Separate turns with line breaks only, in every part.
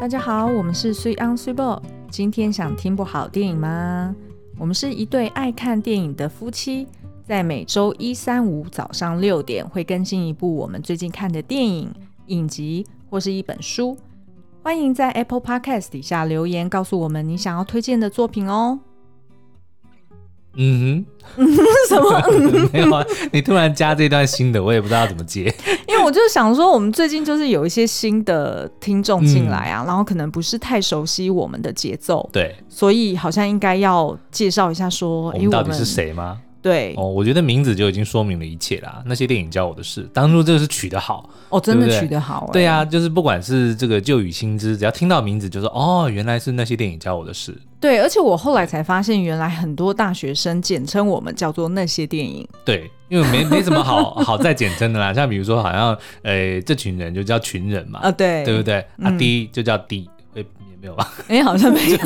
大家好，我们是 s u e on s u b o 今天想听部好电影吗？我们是一对爱看电影的夫妻，在每周一、三、五早上六点会更新一部我们最近看的电影、影集或是一本书。欢迎在 Apple Podcast 底下留言，告诉我们你想要推荐的作品哦。
嗯
什 么？
哼， 没有啊，你突然加这段新的，我也不知道怎 么接。
因为我就是想说，我们最近就是有一些新的听众进来
嗯
啊，然后可能不是太熟悉我们的节奏，
对，
所以好像应该要介绍一下说，
我
诶
们到底是？谁吗？
对，
哦，我觉得名字就已经说明了一切啦。那些电影教我的事，当初就是取得好。
哦，真的
对不对
取得好、诶欸
对啊，就是不管是这个旧与新知，只要听到名字就说哦，原来是那些电影教我的事。
对，而且我后来才发现，原来很多大学生简称我们叫做那些电影。
对，因为没 没什么好好再简称的啦，像比如说好像呃，这群人就叫群人嘛，
啊，对，
对不？对？
嗯
啊，第一就叫第一，会也没有吧？
哎、好像没有。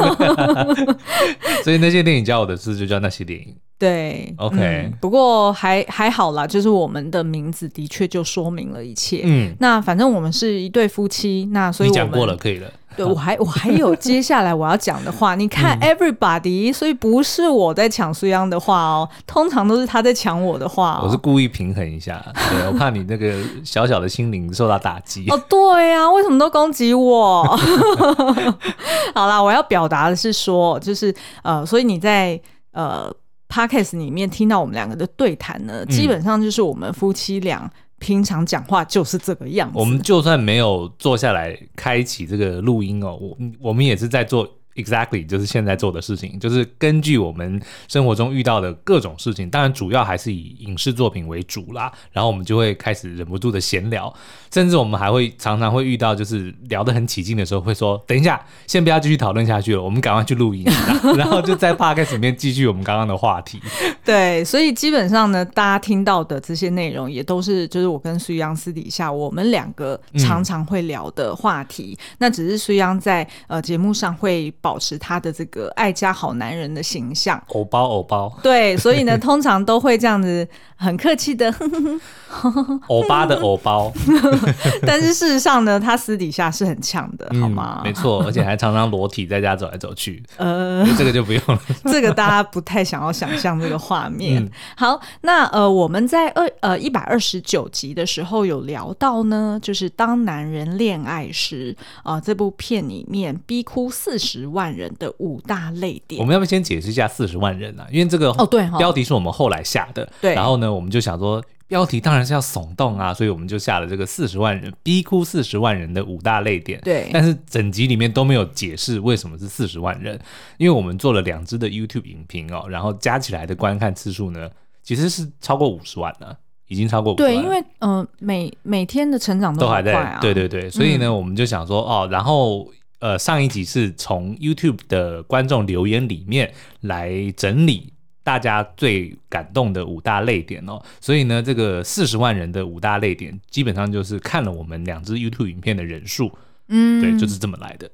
所以那些电影教我的事就叫那些电影。
对嗯
OK
不过还还好啦，就是我们的名字的确就说明了一切。
嗯，
那反正我们是一对夫妻，那所以我
你讲
们
过了，可以了。
对我还我还有接下来我要讲的话，你
嗯
看 everybody，所以不是我在抢苏央的话哦，通常都是他在抢我的话
我是
哦。
故意平衡一 下，对我怕你那个小小的心灵受到打击。
哦，对呀、为什么都攻击我？ 好啦，我要表达的是说，就是呃，所以你在呃 podcast 里面听到我们两个的对谈
嗯
呢，基本上就是我们夫妻俩平常讲话就是这个样子。
我们就算没有坐下来开启这个录音哦，我我们也是在做 exactly 就是现在做的事情，就是根据我们生活中遇到的各种事情，当然主要还是以影视作品为主啦。然后我们就会开始忍不住的闲聊，甚至我们还会常常会遇到，就是聊得很起劲的时候，会说等一下，先不要继续讨论下去了，我们赶快去录音，啊 然后就在 podcast 里面继续我们刚刚的话题。
对，所以基本上呢，大家听到的这些内容也都是，就是我跟苏央私底下我们两个
嗯
常常会聊的话题。那只是苏央在呃节目上会保持他的这个爱家好男人的形象。
偶包偶包，
对，所以呢，通常都会这样子很客气 的，哼哼哼
欧巴的欧 包，
但是事实上呢，他私底下是很强的，好吗
嗯？没错，而且还常常裸体在家走来走去，
呃，
这个就不用了。
这个大家不太想要想象这个画面。
嗯
好，那呃，我们在二呃一百二十九集的时候有聊到呢，就是当男人恋爱时，呃，这部片里面逼哭四十万人的五大泪
我
点。
们要不先解释一下四十万人啊？因为这个
哦对哈
标题是我们后来下的，
对
然后呢，我们就想说。标题当然是要耸动啊，所以我们就下了这个四十万人逼哭四十万人的五大泪点。
对
但是整集里面都没有解释为什么是四十万人，因为我们做了两支的 YouTube 影评哦，然后加起来的观看次数呢，其实是超过五十万了，已经超过五十万
对，
了。
因为呃每每天的成长
都还
很快
在，
啊，
对对对，所以呢，我们就想说哦，然后呃，上一集是从 YouTube 的观众留言里面来整理大家最感动的五大泪点哦，所以呢，这个四十万人的五大泪点，基本上就是看了我们两支 YouTube 影片的人数，
嗯，
对，就是这么来的。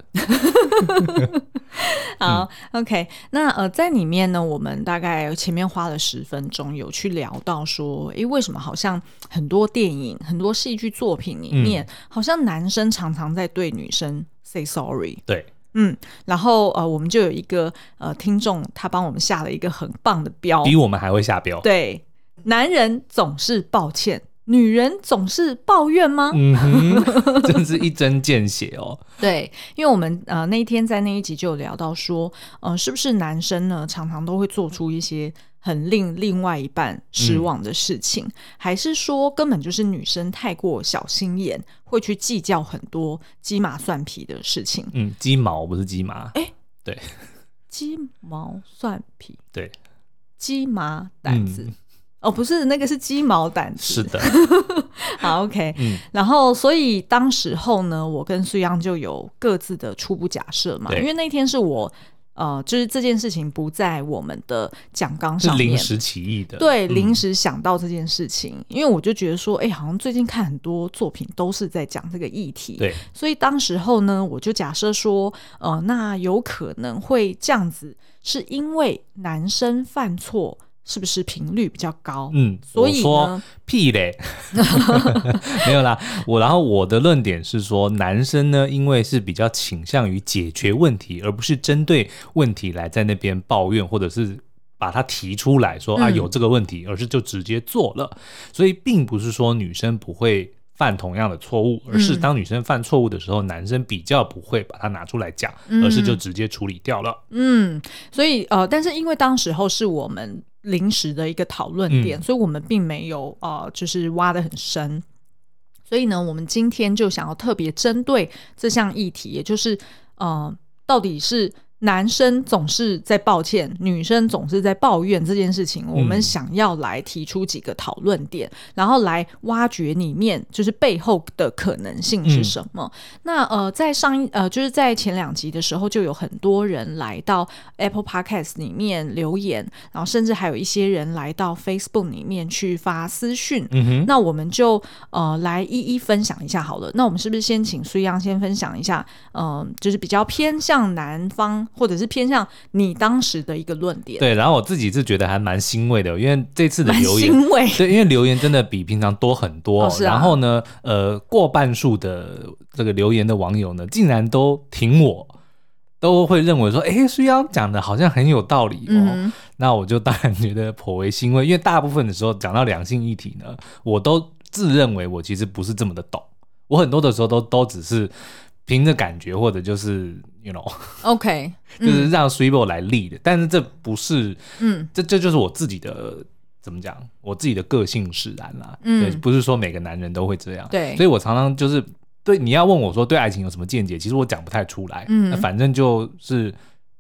好、o
嗯
k 那呃，在里面呢，我们大概前面花了十分钟，有去聊到说，诶，为什么好像很多电影、很多戏剧作品里面，
嗯
好像男生常常在对女生 say sorry。
对，
嗯，然后呃，我们就有一个呃听众，他帮我们下了一个很棒的标，
比我们还会下标。
对，男人总是抱歉，女人总是抱怨吗？
嗯哼，真是一针见血哦。
对，因为我们呃那一天在那一集就有聊到说，呃，是不是男生呢常常都会做出一些很令另外一半
嗯
失望的事情，还是说根本就是女生太过小心眼，会去计较很多鸡毛蒜皮的事情？
嗯，鸡毛不是鸡麻，
鸡毛蒜皮，
对，
鸡毛掸子。
嗯
哦，不是，那个是鸡毛掸子。
是的，
好，OK。
嗯
然后，所以当时候呢，我跟苏央就有各自的初步假设嘛，
对
因为那天是我呃，就是这件事情不在我们的讲纲
是
上
临
面。
时起意的。
对，
嗯
临时想到这件事情，因为我就觉得说，哎、好像最近看很多作品都是在讲这个议题，
对，
所以当时候呢，我就假设说，呃，那有可能会这样子，是因为男生犯错是不是频率比较高？
嗯，
所
我
以
说
呢，
屁嘞， 没有啦。我然后我的论点是说，男生呢，因为是比较倾向于解决问题，而不是针对问题来在那边抱怨，或者是把它提出来说啊
嗯
有这个问题，而是就直接做了。所以并不是说女生不会。犯同样的错误，而是
嗯
当女生犯错误的时候，男生比较不会把它拿出来讲，而是就直接处理掉了。
嗯，所以呃，但是因为当时候是我们临时的一个讨论点，所以我们并没有呃，就是挖得很深。所以呢，我们今天就想要特别针对这项议题，也就是呃，到底是男生总是在抱歉，女生总是在抱怨这件事情，我们
嗯
想要来提出几个讨论点，然后来挖掘里面就是背后的可能性是
嗯
什么。那呃，在上一呃，就是在前两集的时候，就有很多人来到 Apple Podcast 里面留言，然后甚至还有一些人来到 Facebook 里面去发私讯。
嗯哼，
那我们就呃来一一分享一下好了。那我们是不是先请苏央先分享一下？嗯、就是比较偏向男方，或者是偏向你当时的一个论点。
对。然后我自己是觉得还蛮欣慰的，因为这次的
蛮
留言哦
欣慰。
对，因为留言真的比平常多很多、
哦是啊
然后呢，呃，过半数的这个留言的网友呢，竟然都挺我，都会认为说，诶，苏央讲的好像很有道理哦。
嗯
那我就当然觉得颇为欣慰，因为大部分的时候讲到两性议题呢，我都自认为我其实不是这么的懂，我很多的时候都都只是凭着感觉或者就是，you know，
，OK，
就
嗯
是让 s w i b o 来 lead，、但是这不是
嗯
这这就是我自己的怎么讲，我自己的个性使然啦。
嗯
对，不是说每个男人都会这样。
对
所以我常常就是对你要问我说对爱情有什么见解，其实我讲不太出来。
嗯
那反正就是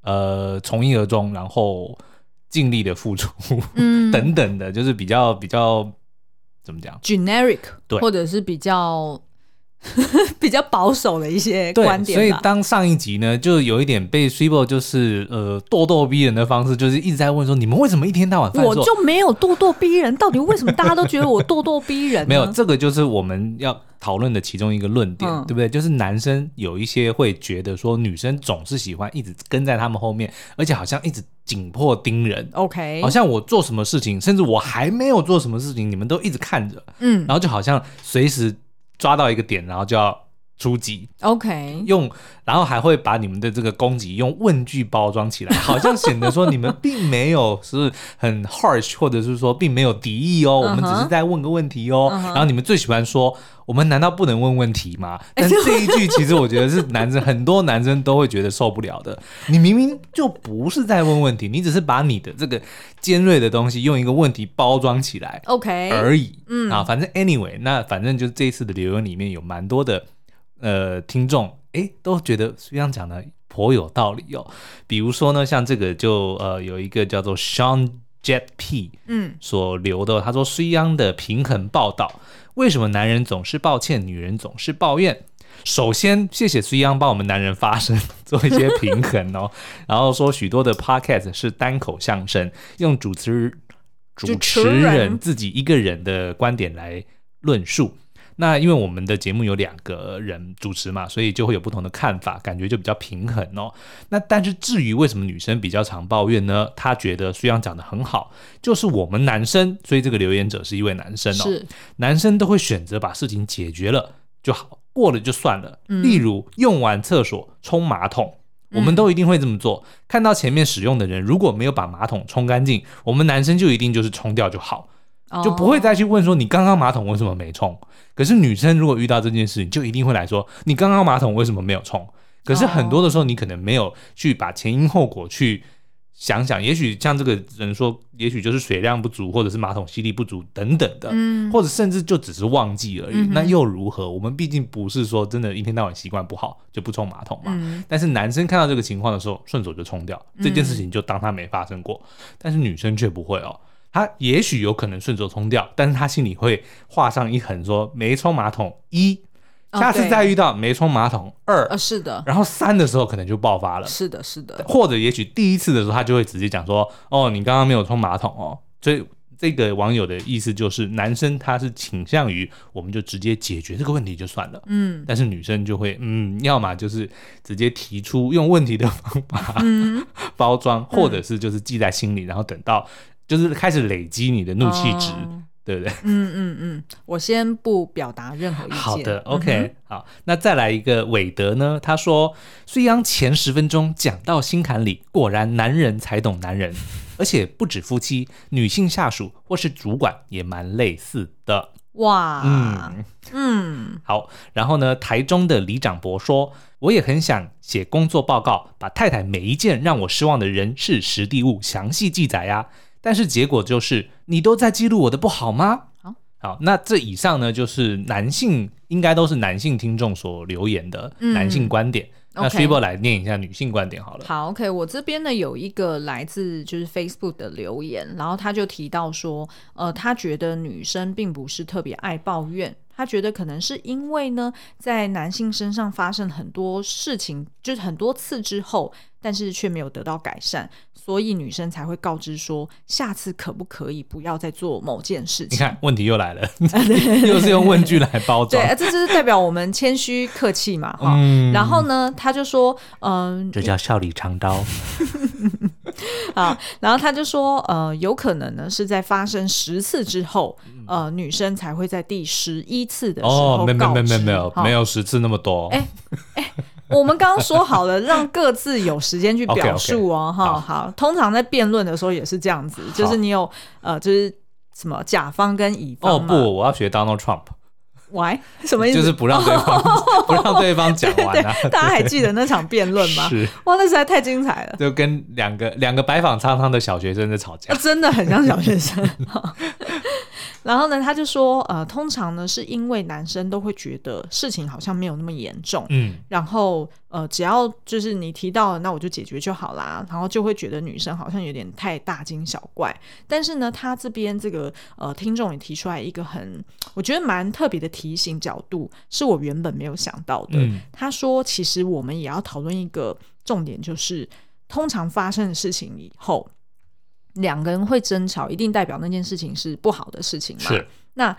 呃从一而终，然后尽力的付出、
嗯
等等的，就是比较比较怎么讲？
generic，
对
或者是比较 比较保守的一些观
对，所
点
以
吧。
当上一集呢，就有一点被 s w i b o 就是呃咄咄逼人的方式，就是一直在问说你们为什么一天到晚犯
我
错？
就没有咄咄逼人，到底为什么大家都觉得我咄咄逼人呢？
没有，这个就是我们要讨论的其中一个论点，
嗯
对不对？就是男生有一些会觉得说，女生总是喜欢一直跟在他们后面，而且好像一直紧迫盯人。
OK，
好像我做什么事情，甚至我还没有做什么事情，你们都一直看着，
嗯
然后就好像随时抓到一个点，然后就要出击，
OK，
用，然后还会把你们的这个攻击用问句包装起来， 好像显得说你们并没有是很 harsh，或者是说并没有敌意哦，我们只
嗯
是
哼
在问个问题哦。
嗯哼
然后你们最喜欢说，我们难道不能问问题吗？
哎
但这一句其实我觉得是男生很多男生都会觉得受不了的。你明明就不是在问问题，你只是把你的这个尖锐的东西用一个问题包装起来，
OK，
而已。
嗯
啊，反正 anyway，那反正就是这一次的留言里面有蛮多的呃听众，诶，都觉得苏央讲的颇有道理哦。比如说呢，像这个就呃有一个叫做 Sean Jet P
嗯
所留的，他说苏央的平衡报道，为什么男人总是抱歉，女人总是抱怨？首先，谢谢苏央帮我们男人发声，做一些平衡哦。 然后说，许多的 podcast 是单口相声，用主持主持
主持人
人自己一个人的观点来论述。那因为我们的节目有两个人主持嘛，所以就会有不同的看法，感觉就比较平衡哦。那但是至于为什么女生比较常抱怨呢？她觉得虽然讲的很好，就是我们男生，所以这个留言者是一位男生哦，
是
男生都会选择把事情解决了就好，过了就算了。例如用完厕所冲马桶，我们都一定会这么做。看到前面使用的人如果没有把马桶冲干净，我们男生就一定就是冲掉就好，就不会
哦
再去问说你刚刚马桶为什么没冲。可是女生如果遇到这件事情，就一定会来说你刚刚马桶为什么没有冲。可是很多的时候，你可能没有去把前因后果去想想，也许像这个人说，也许就是水量不足，或者是马桶吸力不足等等的。
嗯
或者甚至就只是忘记而已，
嗯哼
那又如何？我们毕竟不是说真的，一天到晚习惯不好就不冲马桶嘛。
嗯
但是男生看到这个情况的时候，顺手就冲掉这件事情，就当他没发生过。但是女生却不会哦，她也许有可能顺手冲掉，但是她心里会画上一横说，没冲马桶一，
哦
下次
对
再遇到没冲马桶二，
呃是的，
然后三的时候可能就爆发了。
是的，是的，
或者也许第一次的时候，他就会直接讲说：“哦，你刚刚没有冲马桶哦。”所以这个网友的意思就是，男生他是倾向于我们就直接解决这个问题就算了，
嗯
但是女生就会嗯，要么就是直接提出用问题的方法
嗯
包装，或者是就是记在心里，然后等到就是开始累积你的怒气值，
哦
对不对？
嗯嗯嗯，我先不表达任何意见。
好的
嗯哼
，OK，、好，那再来一个韦德呢？他说，虽然前十分钟讲到心坎里，果然男人才懂男人，而且不止夫妻，女性下属或是主管也蛮类似的。
哇，嗯
嗯好，然后呢，台中的李长博说，我也很想写工作报告，把太太每一件让我失望的人事实地物详细记载呀、但是结果就是，你都在记录我的不好吗？
好
好，那这以上呢，就是男性应该都是男性听众所留言的
嗯
男性观点。那
OK
s h i b o 来念一下女性观点好了。
好，OK，我这边呢有一个来自就是 Facebook 的留言，然后他就提到说，呃，他觉得女生并不是特别爱抱怨。他觉得可能是因为呢，在男性身上发生很多事情，就是很多次之后，但是却没有得到改善，所以女生才会告知说，下次可不可以不要再做某件事
你
情？
看，问题又 来了， 又是用问句来包装。
啊对，呃这就是代表我们谦虚客气嘛，哈。
嗯，
然后呢，他就说，嗯、
这叫笑里藏刀。
啊，然后他就说，呃，有可能呢是在发生十次之后，呃，女生才会在第十一次的时候
哦，没没
告
没没
知
没有
哈
没有十次那么多。
哎我们刚刚说好了，让各自有时间去
OK，OK，
表述哦，哈。
好
好，通常在辩论的时候也是这样子，就是你有呃，就是什么甲方跟乙方
哦
嘛
不，我要学 Donald Trump，
喂，什么意思？
就是不让对方
哦
不让对方讲 完啊。
大家还记得那场辩论吗？
是，
哇，那实在太精彩了。
就跟两个两个白发苍苍的小学生在吵 架
啊，。真的很像小学生。 然后呢，他就说，呃，通常呢是因为男生都会觉得事情好像没有那么严重，
嗯，
然后呃，只要就是你提到了，那我就解决就好啦，然后就会觉得女生好像有点太大惊小怪。但是呢，他这边这个呃听众也提出来一个很我觉得蛮特别的提醒角度，是我原本没有想到的。
嗯
他说，其实我们也要讨论一个重点，就是通常发生的事情以后。两个人会争吵，一定代表那件事情是不好的事情嘛？
是，
那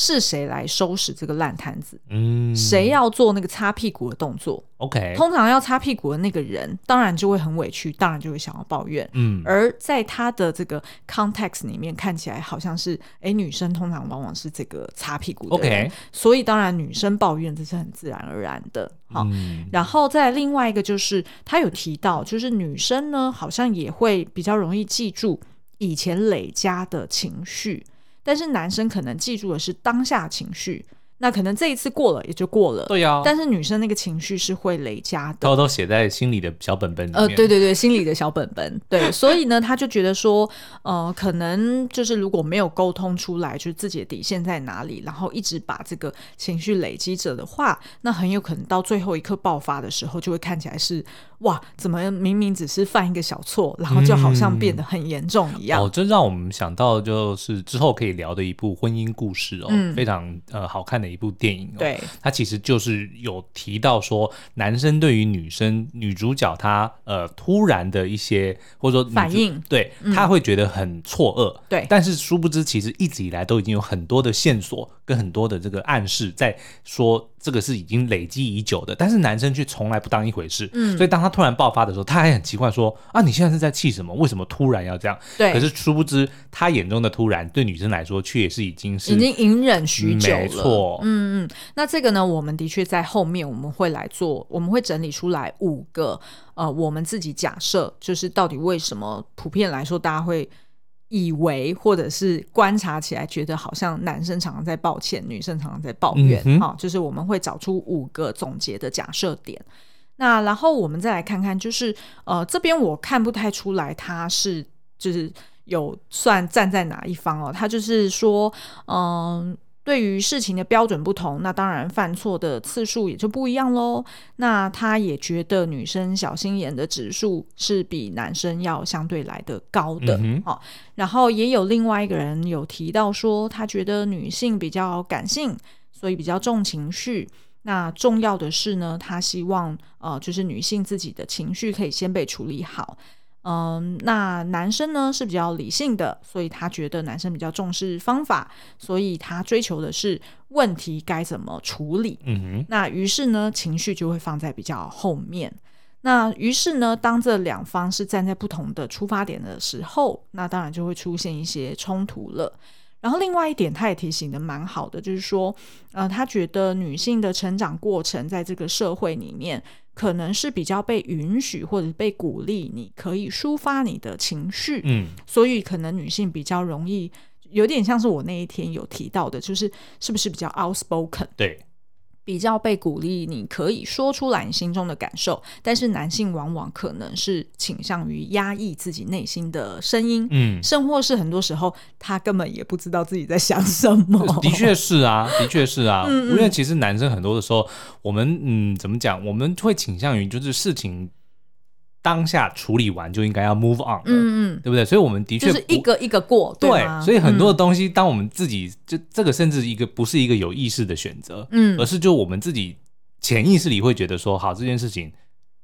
是谁来收拾这个烂摊子？
嗯，哎
谁要做那个擦屁股的动作？
？OK，
通常要擦屁股的那个人，当然就会很委屈，当然就会想要抱怨。
嗯，
而在他的这个 context 里面，看起来好像是，诶，女生通常往往是这个擦屁股的人
OK
所以当然女生抱怨这是很自然而然的。好，
嗯
然后再另外一个就是，他有提到，就是女生呢好像也会比较容易记住以前累加的情绪，但是男生可能记住的是当下情绪，那可能这一次过了也就过了。
对啊呀，
但是女生那个情绪是会累加的。
偷偷写在心里的小本本里面。
呃，对对对，心里的小本本， 对，所以呢，他就觉得说，呃，可能就是如果没有沟通出来，就是自己的底线在哪里，然后一直把这个情绪累积着的话，那很有可能到最后一刻爆发的时候，就会看起来是哇，怎么明明只是犯一个小错，然后就好像变得很严重一样。
哦，这让我们想到就是之后可以聊的一部婚姻故事哦，
嗯
非常呃好看的一部电影、哦。，
对，
它其实就是有提到说，男生对于女生女主角她呃突然的一些或者说女主
反应嗯
对他会觉得很错愕。
对
但是殊不知其实一直以来都已经有很多的线索跟很多的这个暗示在说这个是已经累积已久的，但是男生却从来不当一回事。嗯，所以当他突然爆发的时候，他还很奇怪说啊，你现在是在气什么？为什么突然要这样？
对
可是殊不知他眼中的突然，对女生来说却也是已经是
已经隐忍许久了。
没错，嗯，
那这个呢，我们的确在后面我们会来做，我们会整理出来五个呃，我们自己假设，就是到底为什么普遍来说大家会以为或者是观察起来觉得好像男生常常在抱歉，女生常常在抱怨啊、
嗯哼
就是我们会找出五个总结的假设点。那然后我们再来看看，就是呃，这边我看不太出来他是就是有算站在哪一方哦，他就是说，嗯、对于事情的标准不同，那当然犯错的次数也就不一样喽。那他也觉得女生小心眼的指数是比男生要相对来的高的，
嗯
哦。然后也有另外一个人有提到说，他觉得女性比较感性，所以比较重情绪。那重要的是呢，他希望呃，就是女性自己的情绪可以先被处理好。嗯，那男生呢是比较理性的，所以他觉得男生比较重视方法，所以他追求的是问题该怎么处理。
嗯哼，
那于是呢，情绪就会放在比较后面。那于是呢，当这两方是站在不同的出发点的时候，那当然就会出现一些冲突了。然后另外一点，他也提醒的蛮好的，就是说，呃，他觉得女性的成长过程在这个社会里面，可能是比较被允许或者被鼓励，你可以抒发你的情绪，
嗯，
所以可能女性比较容易，有点像是我那一天有提到的，就是是不是比较 outspoken。
对，
比较被鼓励，你可以说出来你心中的感受，但是男性往往可能是倾向于压抑自己内心的声音，
嗯，
甚或是很多时候他根本也不知道自己在想什么。
的确是啊，的确是啊，
嗯嗯
因为其实男生很多的时候，我们嗯怎么讲，我们会倾向于就是事情当下处理完就应该要 move on，了
嗯嗯，
对不对？所以我们的确
就是一
不
个一个过，
对
吗，
所以很多的东西，当我们自己就这个甚至一个不是一个有意识的选择，
嗯
而是就我们自己潜意识里会觉得说，好这件事情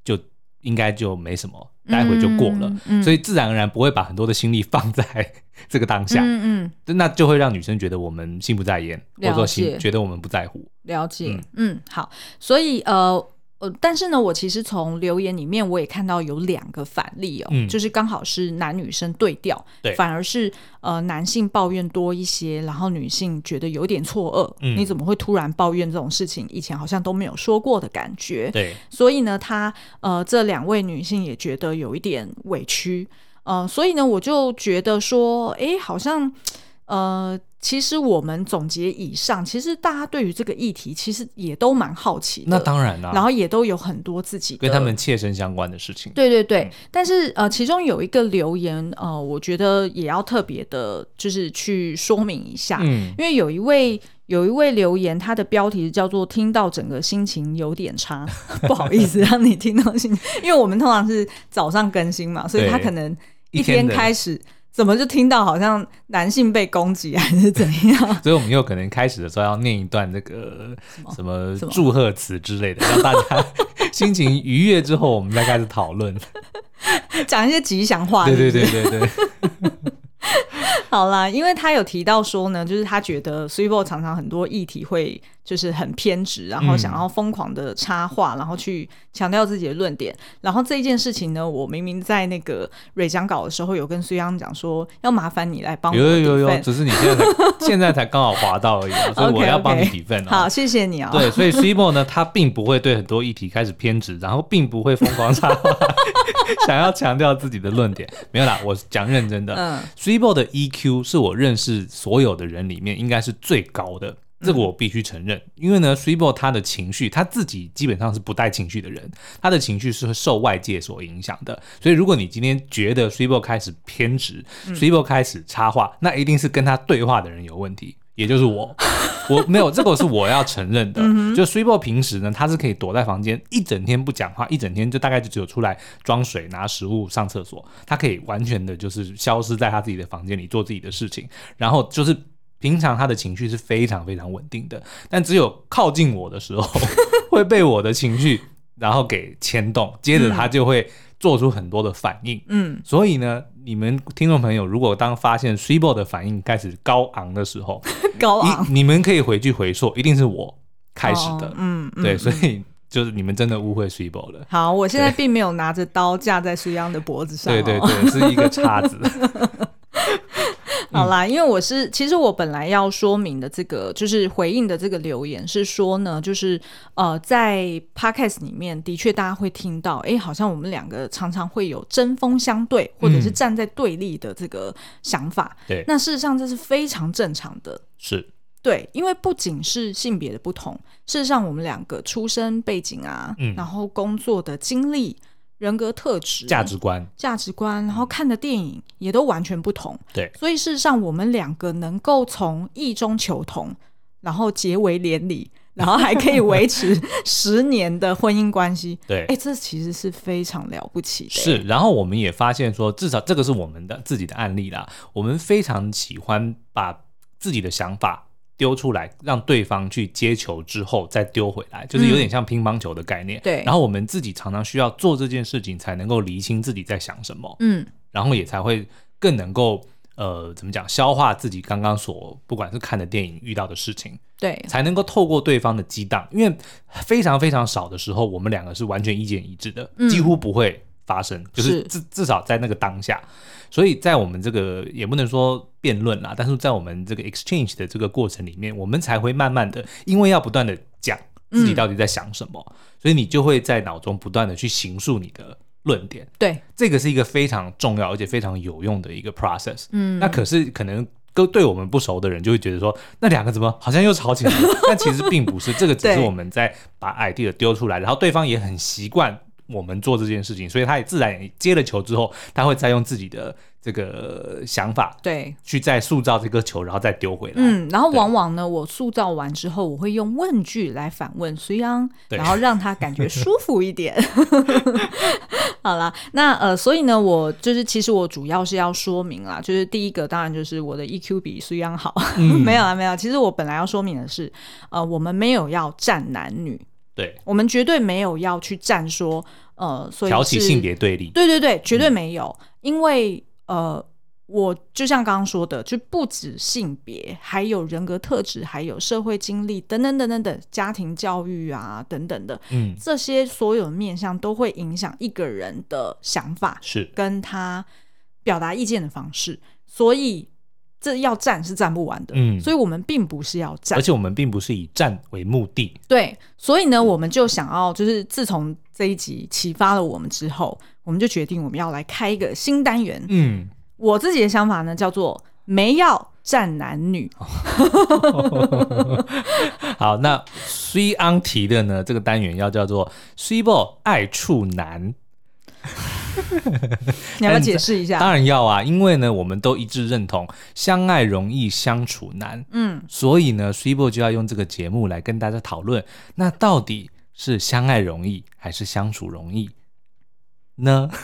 就应该就没什么，待会就过了，
嗯嗯
所以自然而然不会把很多的心力放在 这个当下，
嗯嗯，
那就会让女生觉得我们心不在焉，或者说
了
心
解
觉得我们不在 乎。
了解，嗯好，所以呃。呃，但是呢，我其实从留言里面我也看到有两个反例哦，
嗯
就是刚好是男女生对调，
对
反而是呃男性抱怨多一些，然后女性觉得有点错愕，
嗯
你怎么会突然抱怨这种事情？以前好像都没有说过的感觉。
对，
所以呢，她呃这两位女性也觉得有一点委屈，呃，所以呢，我就觉得说，诶，好像呃，其实我们总结以上，其实大家对于这个议题其实也都蛮好奇的，
那当然啦、
然后也都有很多自己的
跟他们切身相关的事情。
对对对，
嗯
但是呃，其中有一个留言，呃，我觉得也要特别的，就是去说明一下，
嗯，
因为有一位有一位留言，他的标题叫做“听到整个心情有点差”， 不好意思让你听到心情，因为我们通常是早上更新嘛，所以
对
他可能
一
一
天
天
的？
开始怎么就听到好像男性被攻击还是怎样
所以我们又可能开始的时候要念一段那个
么
什么
什么
祝贺词之类的，让大家 心情愉悦之后，我们再开始讨论。
讲一些吉祥话，
对
是不
对
是
对对对，
好啦，因为他有提到说呢，就是他觉得 s u p e 常常很多议题会就是很偏执，然
嗯
后想要疯狂的插话，然后去强调自己的论点。然后这一件事情呢，我明明在那个蕊讲稿的时候有跟苏央讲说，要麻烦你来帮我
有有有有，
defend
只是你现在才现在才刚好滑到而已、啊，所以我
OK，OK
要帮你抵分啊
好，。谢谢你啊、
对，所以 Cibo 呢，他并不会对很多议题开始偏执，然后并不会疯狂插话， 想要强调自己的论点。没有啦，我讲认真的。
嗯
Cibo 的 EQ 是我认识所有的人里面应该是最高的，这个我必须承认。因为呢，Cibo 他的情绪，他自己基本上是不带情绪的人，他的情绪是会受外界所影响的。所以如果你今天觉得 Cibo 开始偏执，Cibo 开始插话，那一定是跟他对话的人有问题。也就是我，我没有这个是我要承认的。就 s u i b o 平时呢，他是可以躲在房间一整天不讲话，一整天就大概就只有出来装水、拿食物、上厕所，他可以完全的就是消失在他自己的房间里做自己的事情，然后就是。平常他的情绪是非常非常稳定的，但只有靠近我的时候，会被我的情绪然后给牵动，接着他就会做出很多的反应。
嗯，
所以呢，你们听众朋友，如果当发现 s u i b o 的反应开始高昂的时候，
高昂
你你们可以回去回溯，一定是我开始的，
哦嗯嗯，
对，所以就是你们真的误会 s i b o 了。
好，我现在并没有拿着刀架在苏央的脖子上、哦，
对对对，是一个叉 子。
好
嗯
啦，因为我是其实我本来要说明的这个就是回应的这个留言是说呢，就是呃，在 podcast 里面的确大家会听到，诶，好像我们两个常常会有针锋相对或者是
嗯
站在对立的这个想法。
对，
那事实上这是非常正常的，
是
对，因为不仅是性别的不同，事实上我们两个出身背景啊，
嗯
然后工作的经历、人格特质、
价值观，
价值观，然后看的电影也都完全不同。
嗯对
所以事实上，我们两个能够从异中求同，然后结为连 理，然后还可以维持十年的婚姻关系，
对
哎，这其实是非常了不起的。
是。，然后我们也发现说，至少这个是我们的自己的案例啦。我们非常喜欢把自己的想法。丢出来，让对方去接球之后再丢回来，就是有点像乒乓球的概念。
嗯对
然后我们自己常常需要做这件事情，才能够厘清自己在想什么。
嗯，
然后也才会更能够呃怎么讲消化自己刚刚所不管是看的电影遇到的事情，
对，
才能够透过对方的激荡，因为非常非常少的时候，我们两个是完全意见一致的，
嗯
几乎不会发生，就是
是
至至少在那个当下。所以在我们这个也不能说辩论啦，但是在我们这个 exchange 的这个过程里面，我们才会慢慢的，因为要不断的讲自己到底在想什么，所以你就会在脑中不断的去形塑你的论点。
对，
这个是一个非常重要而且非常有用的一个 process。
嗯
那可是可能跟对我们不熟的人就会觉得说，那两个怎么好像又吵起来 了？但其实并不是，这个只是
对
我们在把 idea 丢出来，然后对方也很习惯我们做这件事情，所以他也自然也接了球之后，他会再用自己的这个想法
对，
去再塑造这个球，然后再丢回来。
嗯，然后
对
往往呢，我塑造完之后，我会用问句来反问隋央，
对
然后让他感觉舒服一 点。 好啦，那呃，所以呢，我就是其实我主要是要说明啦，就是第一个当然就是我的 EQ 比苏央好，
嗯
没有啦，没有啦。其实我本来要说明的是，呃，我们没有要站男女，
对，
我们绝对没有要去站说，呃，所以
挑起
是
性别对立。
对对对，
嗯
绝对没有，因为呃，我就像刚刚说的，就不止性别，还有人格特质，还有社会经历等等等等等，家庭教育啊等等的，
嗯，
这些所有的面向都会影响一个人的想法
是
跟他表达意见的方式，所以这要站是站不完的。
嗯
所以我们并不是要站
而，且我们并不是以战为目的，
对，所以呢，我们就想要，就是自从这一集启发了我们之后，我们就决定我们要来开一个新单元。
嗯，
我自己的想法呢，叫做没要站男女。
哦好，那 C 昂提的呢？这个单元要叫做 C b 爱处男，
你要不要解释一下？
当然要啊，因为呢，我们都一致认同相爱容易相处难，
嗯，
所以呢 C b 就要用这个节目来跟大家讨论，那到底是相爱容易还是相处容易呢？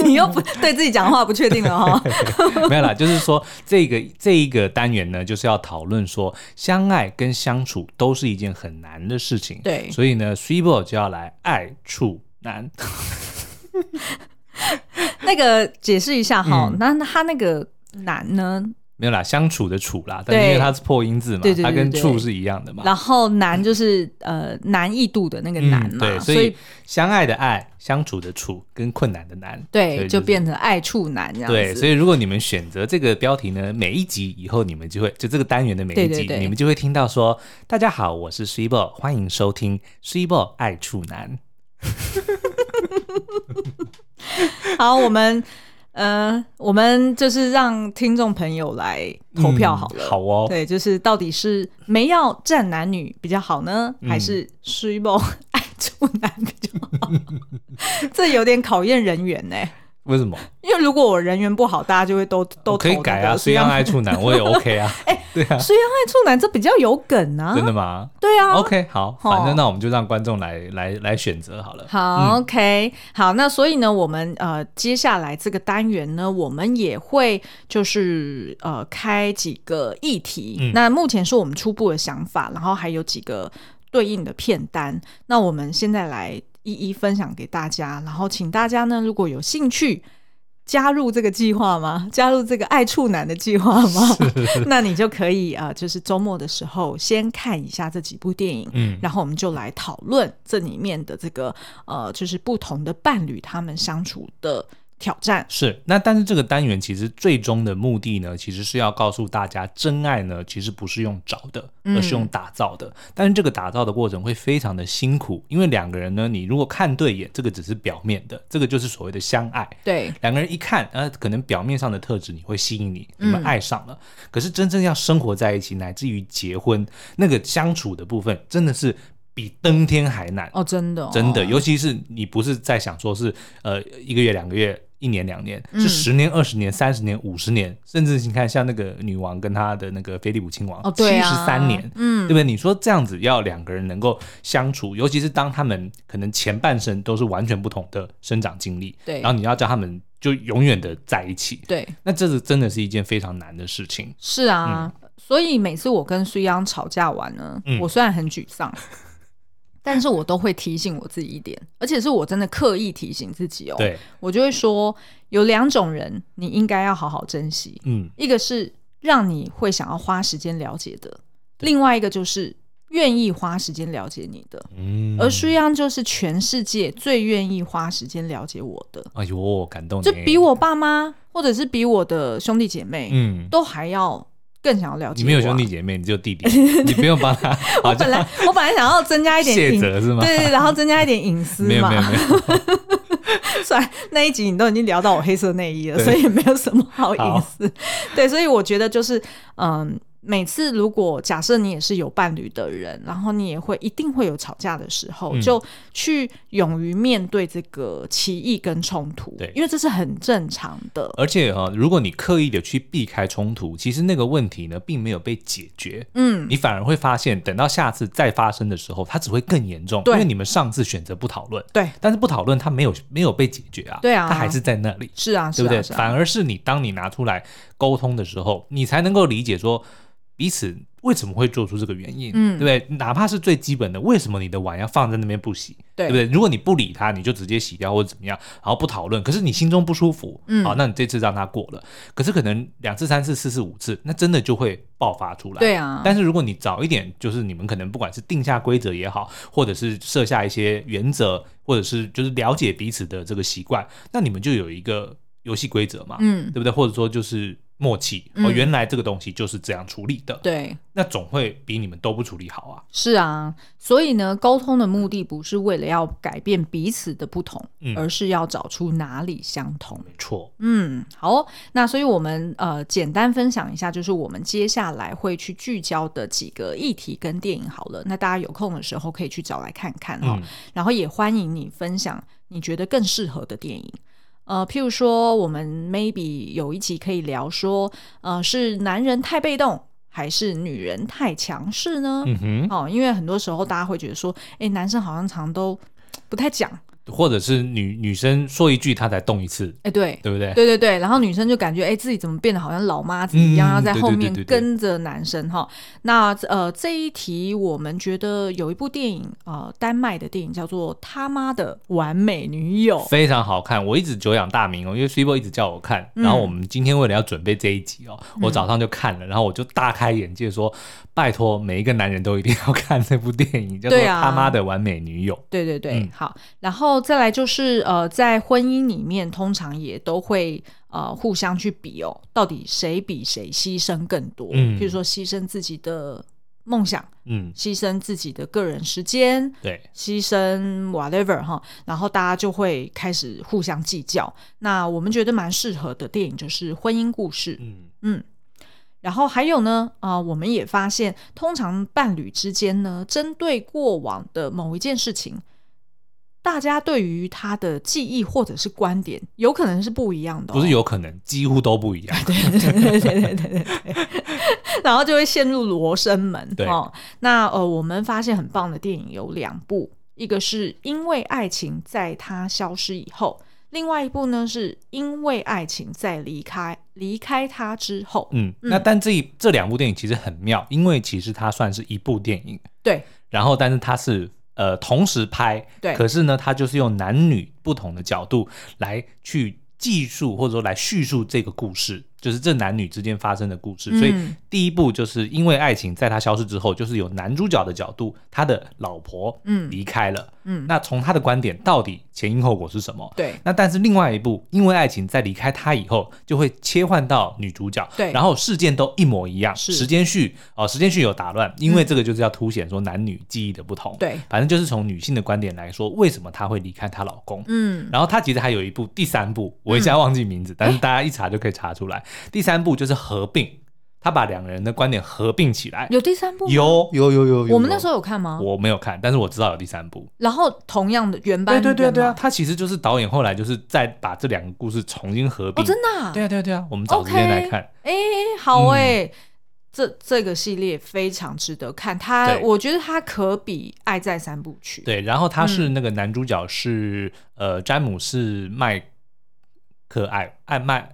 你又不对自己讲话不确定了哦哈。
没有啦，就是说这个这一个单元呢，就是要讨论说相爱跟相处都是一件很难的事情，
对
所以呢 C b 就要来爱处难。
那个解释一下哈
嗯，
那、他那个男呢，
没有啦，相处的处啦，但
对
因为它是破音字嘛，
对对对
它跟
对
处是一样的嘛。
然后男就是呃难易度的那个
嗯
难嘛，
对，所
所
以相爱的爱，相处的处，跟困难的难，所
对
以
就是变成爱处男这样子。
对。所以如果你们选择这个标题呢，每一集以后你们就会就这个单元的每一
对
集，
对对
你们就会听到说：“大家好，我是 s h i b o 欢迎收听 s h i b o 爱处男。
好，我们呃，我们就是让听众朋友来投票好了。
嗯好哦
对，就是到底是没要站男女比较好呢，
嗯
还是虚梦爱处男比较好？ 这有点考验人缘呢、”
为什么？
因为如果我人缘不好，大家就会都都
我可以改啊，
虽
虽
然
然爱处男，我也 OK 啊。对啊，
虽然爱处男这比较有梗啊，
真的吗
对啊。
？OK，好，反
哦
正那我们就让观众来来来选择好了。嗯
好、o k 好，那所以呢，我们呃接下来这个单元呢，我们也会就是呃开几个议题、
嗯
那目前是我们初步的想法，然后还有几个对应的片单。那我们现在来一一分享给大家，然后请大家呢，如果有兴趣。加入这个计划吗？加入这个爱处男的计划吗？ 那你就可以啊、呃就是周末的时候先看一下这几部电影，
嗯，
然后我们就来讨论这里面的这个呃，就是不同的伴侣他们相处的挑战。
是，那但是这个单元其实最终的目的呢，其实是要告诉大家，真爱呢其实不是用找的，而是用打造的。但是这个打造的过程会非常的辛苦，因为两个人呢，你如果看对眼，这个只是表面的，这个就是所谓的相爱。
对，
两个人一看，呃，可能表面上的特质你会吸引你，你们
嗯
爱上了。可是真正要生活在一起，乃至于结婚，那个相处的部分，真的是比登天还难。
哦，真的、哦，
真的，尤其是你不是在想说是呃一个月、两个月、一年、两年，
嗯
是十年、二十年、三十年、五十年，甚至你看像那个女王跟她的那个菲利普亲王，
哦，
七
对
十
啊，
三年。对
嗯
不，对？你说这样子要两个人能够相处，尤其是当他们可能前半生都是完全不同的生长经历，
对
然后你要叫他们就永远的在一起，
对，
那这是真的是一件非常难的事情。
是啊。所以每次我跟苏央吵架完呢，
嗯
我虽然很沮 丧，但是我都会提醒我自己一点，而且是我真的刻意提醒自己哦。
对，
我就会说，有两种人你应该要好好珍惜，
嗯，
一个是让你会想要花时间了解的，另外一个就是愿意花时间了解你的，
嗯
而舒央就是全世界最愿意花时间了解我的，
哎呦，感动呢，
就比我爸妈或者是比我的兄弟姐妹、
嗯，
都还要更想要了解、
你没有兄弟，姐妹，你只有 弟弟，你不用帮他，好
我本来我本来想要增加一点
谢
隐，
责是吗？
对对，然后增加一点隐私嘛。
没有没有没有，
虽然那一集你都已经聊到我黑色内衣了，
对
所以也没有什么好
好
隐私。对，所以我觉得就是，嗯，每次如果假设你也是有伴侣的人，然后你也会一定会有吵架的时候，
嗯
就去勇于面对这个歧义跟冲突
对，
因为这是很正常的。
而且啊、如果你刻意的去避开冲突，其实那个问题呢，并没有被解决。
嗯，
你反而会发现，等到下次再发生的时候，它只会更严重，因
对
为你们上次选择不讨论，
对，
但是不讨论它没有没有被解决啊，
对啊
它还是在那里，
是啊，是啊，
对不对？
是啊
反而是你当你拿出来沟通的时候，你才能够理解说彼此为什么会做出这个原因，
嗯
对不对？哪怕是最基本的，为什么你的碗要放在那边不洗，
对
不对？如果你不理他，你就直接洗掉或者怎么样，然后不讨论，可是你心中不舒服，
嗯
好，那你这次让他过了，可是可能两次、三次、四次、五次，那真的就会爆发出来，
对啊，
但是如果你早一点，就是你们可能不管是定下规则也好，或者是设下一些原则，或者是就是了解彼此的这个习惯，那你们就有一个游戏规则嘛，
嗯
对，不对？或者说就是默契，哦，
嗯
原来这个东西就是这样处理的，
对。
那总会比你们都不处理好啊。
是啊，所以呢，沟通的目的不是为了要改变彼此的不同，
嗯
而是要找出哪里相同。
没错，
嗯，好哦、那所以我们呃简单分享一下，就是我们接下来会去聚焦的几个议题跟电影好了。那大家有空的时候可以去找来看看哦，
嗯
然后也欢迎你分享你觉得更适合的电影。呃，譬如说，我们 maybe 有一集可以聊说，呃，是男人太被动还是女人太强势呢？
嗯哼，
哦，因为很多时候大家会觉得说，哎，男生好像常都不太讲，
或者是女女生说一句，她才动一次，
哎，对，
对不对？
对对对，然后女生就感觉哎、诶自己怎么变得好像老妈子一样，
嗯
要在后面
对对对对对
跟着男生哈。那呃这一题我们觉得有一部电影呃丹麦的电影叫做《他妈的完美女友》，
非常好看，我一直久仰大名哦，因为 s u p e 一直叫我看，
嗯
然后我们今天为了要准备这一集哦，我早上就看了，然后我就大开眼界说，拜托每一个男人都一定要看这部电影，叫做《
对啊
他妈的完美女友》。
对对对，
嗯
好，然后再来就是呃在婚姻里面通常也都会呃互相去比哦，到底谁比谁牺牲更多？
嗯
譬如说牺牲自己的梦想，
嗯，
牺牲自己的个人时间，
对，
牺牲 whatever 哈，然后大家就会开始互相计较。那我们觉得蛮适合的电影就是婚姻故事，
嗯
嗯。然后还有呢，啊、我们也发现，通常伴侣之间呢，针对过往的某一件事情，大家对于他的记忆或者是观点，有可能是不一样的、哦，
不是有可能，几乎都不一 样。
对对对对对对对对，然后就会陷入罗生门。
对
哦，那呃，我们发现很棒的电影有两部，一个是因为爱情在它消失以后，另外一部呢是因为爱情在离开离开它之后。
嗯，
嗯
那但这一这两部电影其实很妙，因为其实它算是一部电影，
对
然后但是它是呃同时拍，
对
可是呢，它就是用男女不同的角度来去记述或者说来叙述这个故事，就是这男女之间发生的故事。
嗯
所以第一部就是因为爱情在他消失之后，就是有男主角的角度，他的老婆
嗯
离开了，
嗯
那从他的观点到底前因后果是什么？
对
那但是另外一部，因为爱情在离开他以后，就会切换到女主角，
对
然后事件都一模一样，
是嗯
时间序哦、时间序有打乱，因为这个就是要凸显说男女记忆的不同，，
对，
反正就是从女性的观点来说，为什么她会离开她老公？
嗯
然后她其实还有一部第三部，我一下忘记名字，但是大家一查就可以查出来。第三部就是合并，她把两个人的观点合并起来。
有第三部吗
有有有有有，
我们那时
候
候有看吗？
我没有看，但是我知道有第三部。
然后同样的原班
对对对
人
对啊，
嘛，
他其实就是导演后来就是再把这两个故事重新合
哦，
并。
真的、啊，
对啊对啊对啊，我们找时间来看。
哎、好
嗯
哎、这这个系列非常值得看，它
对
我觉得它可比《爱在三部曲》
对，然后他是那个男主角是、呃詹姆士麦克艾艾麦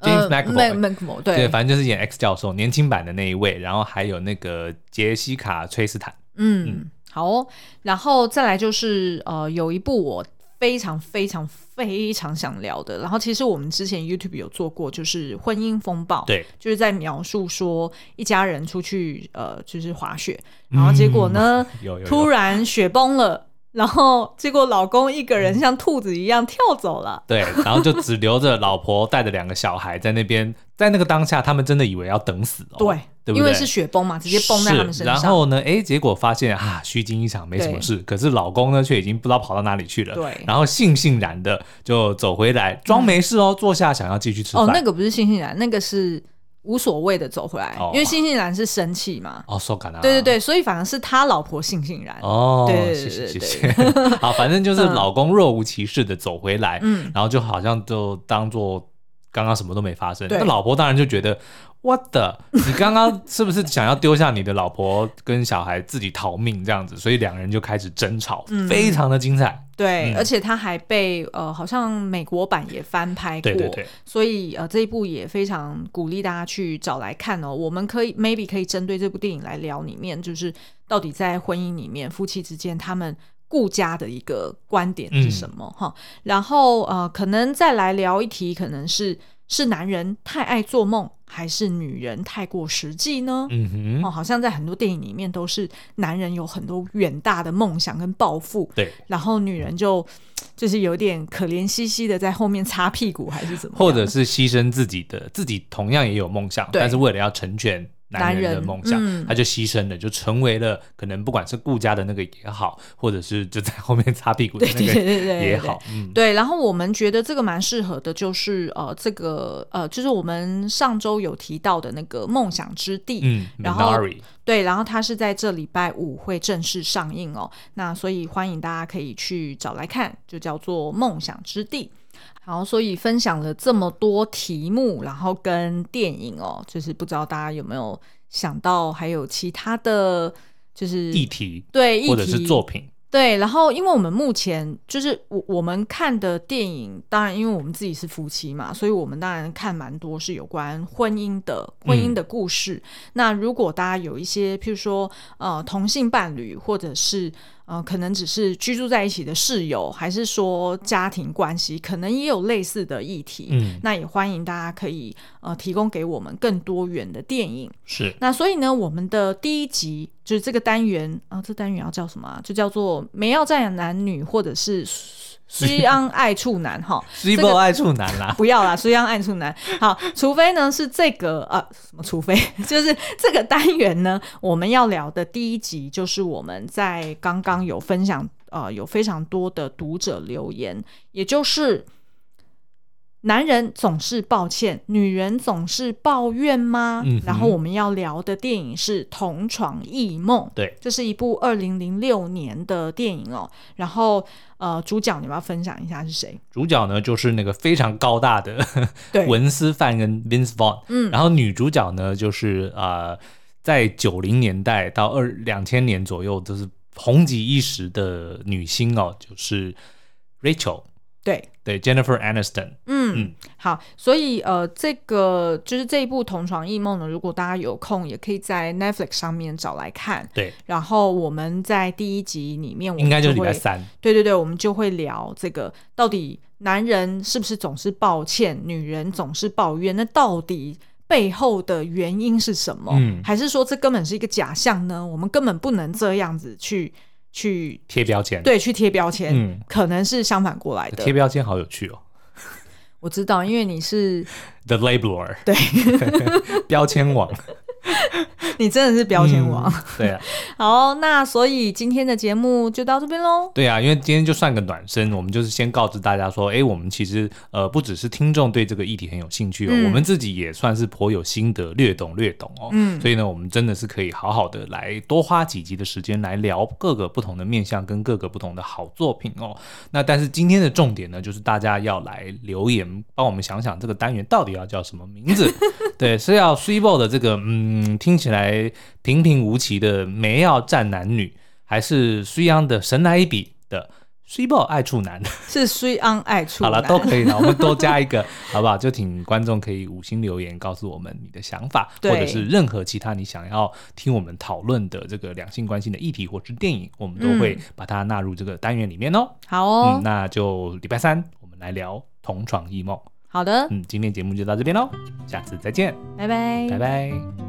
James
呃
McAvoy，、
Mac McMo
对，
对，
反正就是演 X 教授年轻版的那一位，然后还有那个杰西卡·崔斯坦，
嗯，好哦、然后再来就是呃，有一部我非常非常非常想聊的。然后其实我们之前 YouTube 有做过，就是婚姻风暴，
对，
就是在描述说一家人出去呃就是滑雪，
嗯
然后结果呢、
有有有
突然雪崩了，然后结果老公一个人像兔子一样跳走了。
对，然后就只留着老婆带着两个小孩在那边，在那个当下，他们真的以为要等死哦，
对，
对不对？
因为是雪崩嘛，直接崩在他们身上。
是然后呢，哎，结果发现啊，虚惊一场，没什么
对
事。可是老公呢，却已经不知道跑到哪里去了。
对嗯
然后悻悻然的就走回来，装没事哦，坐下想要继续吃饭。
哦，那个不是悻悻然，那个是无所谓的走回来，
哦
因为悻悻然是生气嘛。
哦，受感啊，
对对。对，所以反而是他老婆悻悻然。
哦，
对对
谢谢
对
谢
对
谢。 好，反正就是老公若无其事的走回来，
嗯
然后就好像就当做刚刚什么都没发生。
对
那老婆当然就觉得，what the，你刚刚是不是想要丢下你的老婆跟小孩自己逃命这样子？所以两人就开始争吵，
嗯
非常的精彩。
对，
嗯
而且他还被呃，好像美国版也翻拍过，
对对对，
所以呃，这一部也非常鼓励大家去找来看哦。我们可以 maybe 可以针对这部电影来聊里面，就是到底在婚姻里面夫妻之间他们顾家的一个观点是什么哈、
嗯
然后呃，可能再来聊一题，可能是是男人太爱做梦，还是女人太过实际呢？
嗯哼。
哦，好像在很多电影里面都是男人有很多远大的梦想跟抱负，
对，
然后女人就就是有点可怜兮兮的在后面擦屁股，还是怎么样？
或者是牺牲自己的，自己同样也有梦想，
对
但是为了要成全男人的梦想，
男人嗯
他就牺牲了，就成为了可能不管是顾家的那个也好，或者是就在后面擦屁股的
对
那
对对
个
对对
也好，嗯，
对，然后我们觉得这个蛮适合的，就是呃，这个呃，就是我们上周有提到的那个梦想之地，
嗯
然后
，Minari，
对，然后它是在这礼拜五会正式上映哦，那所以欢迎大家可以去找来看，就叫做《梦想之地》。好，所以分享了这么多题目，然后跟电影哦，就是不知道大家有没有想到还有其他的，就是
议题
对议题
或者是作品，
对，然后因为我们目前就是我我们看的电影，当然因为我们自己是夫妻嘛，所以我们当然看蛮多是有关婚姻的婚姻的故事。那如果大家有一些，譬如说呃同性伴侣，或者是呃可能只是居住在一起的室友，还是说家庭关系，可能也有类似的议题。
嗯，
那也欢迎大家可以呃提供给我们更多元的电影。
是
那所以呢，我们的第一集就是这个单元啊，这单元要叫什么啊、就叫做“没要赞扬男女”或者是“虽安爱处男”哈。
西
个
伯爱处男啦，
不要啦，虽安爱处男。好，除非呢是这个呃什么，除非 就是这个单元呢，我们要聊的第一集就是我们在刚刚有分享呃有非常多的读者留言，也就是男人总是抱歉，女人总是抱怨吗？
嗯哼
然后我们要聊的电影是《同床异梦》，
对，
这是一部二零零六年的电影哦。然后呃，主角你要不要分享一下是谁？
主角呢就是那个非常高大的
对
文斯范跟 Vince Vaughn，
嗯
然后女主角呢就是呃，在九零年代到二两千年左右，就是红极一时的女星哦，就是 Rachel，
对。
对 Jennifer Aniston，
嗯
嗯，
好，所以呃，这个就是这一部《同床异梦》呢，如果大家有空，也可以在 Netflix 上面找来看。
对，
然后我们在第一集里面，我们
应该就是礼
会
拜三，
对对对，我们就会聊这个到底男人是不是总是抱歉，女人总是抱怨，那到底背后的原因是什么？
嗯
还是说这根本是一个假象呢？我们根本不能这样子去去
贴标签，，
对去贴标签，
嗯
可能是相反过来的
贴。标签好有趣哦
我知道，因为你是
，The Labeler，对， 标签王，
你真的是标签王。
嗯，对啊，
好，那所以今天的节目就到这边喽。
对啊，因为今天就算个暖身，我们就是先告知大家说，哎，我们其实呃不只是听众对这个议题很有兴趣哦，
嗯
我们自己也算是颇有心得，略懂略懂哦。
嗯
所以呢，我们真的是可以好好的来多花几集的时间来聊各个不同的面向跟各个不同的好作品哦。那但是今天的重点呢，就是大家要来留言，帮我们想想这个单元到底要叫什么 名字。对，是要 s u b o 的这个嗯，听起来平平无奇的“没要战男女”，还是 s u y a n 的“神来一笔”的虽爆爱处男，
是虽安爱处
好
男。
了，都可以了，我们多加一个， 好不好？就请观众可以五星留言，告诉我们你的想法，或
对
者是任何其他你想要听我们讨论的这个两性关系的议题或是电影，我们都会把它纳入这个单元里面嗯哦。
好哦
嗯，，那就礼拜三我们来聊同床异梦。嗯
好的，
嗯，今天节目就到这边喽，下次再见，
拜拜，
拜拜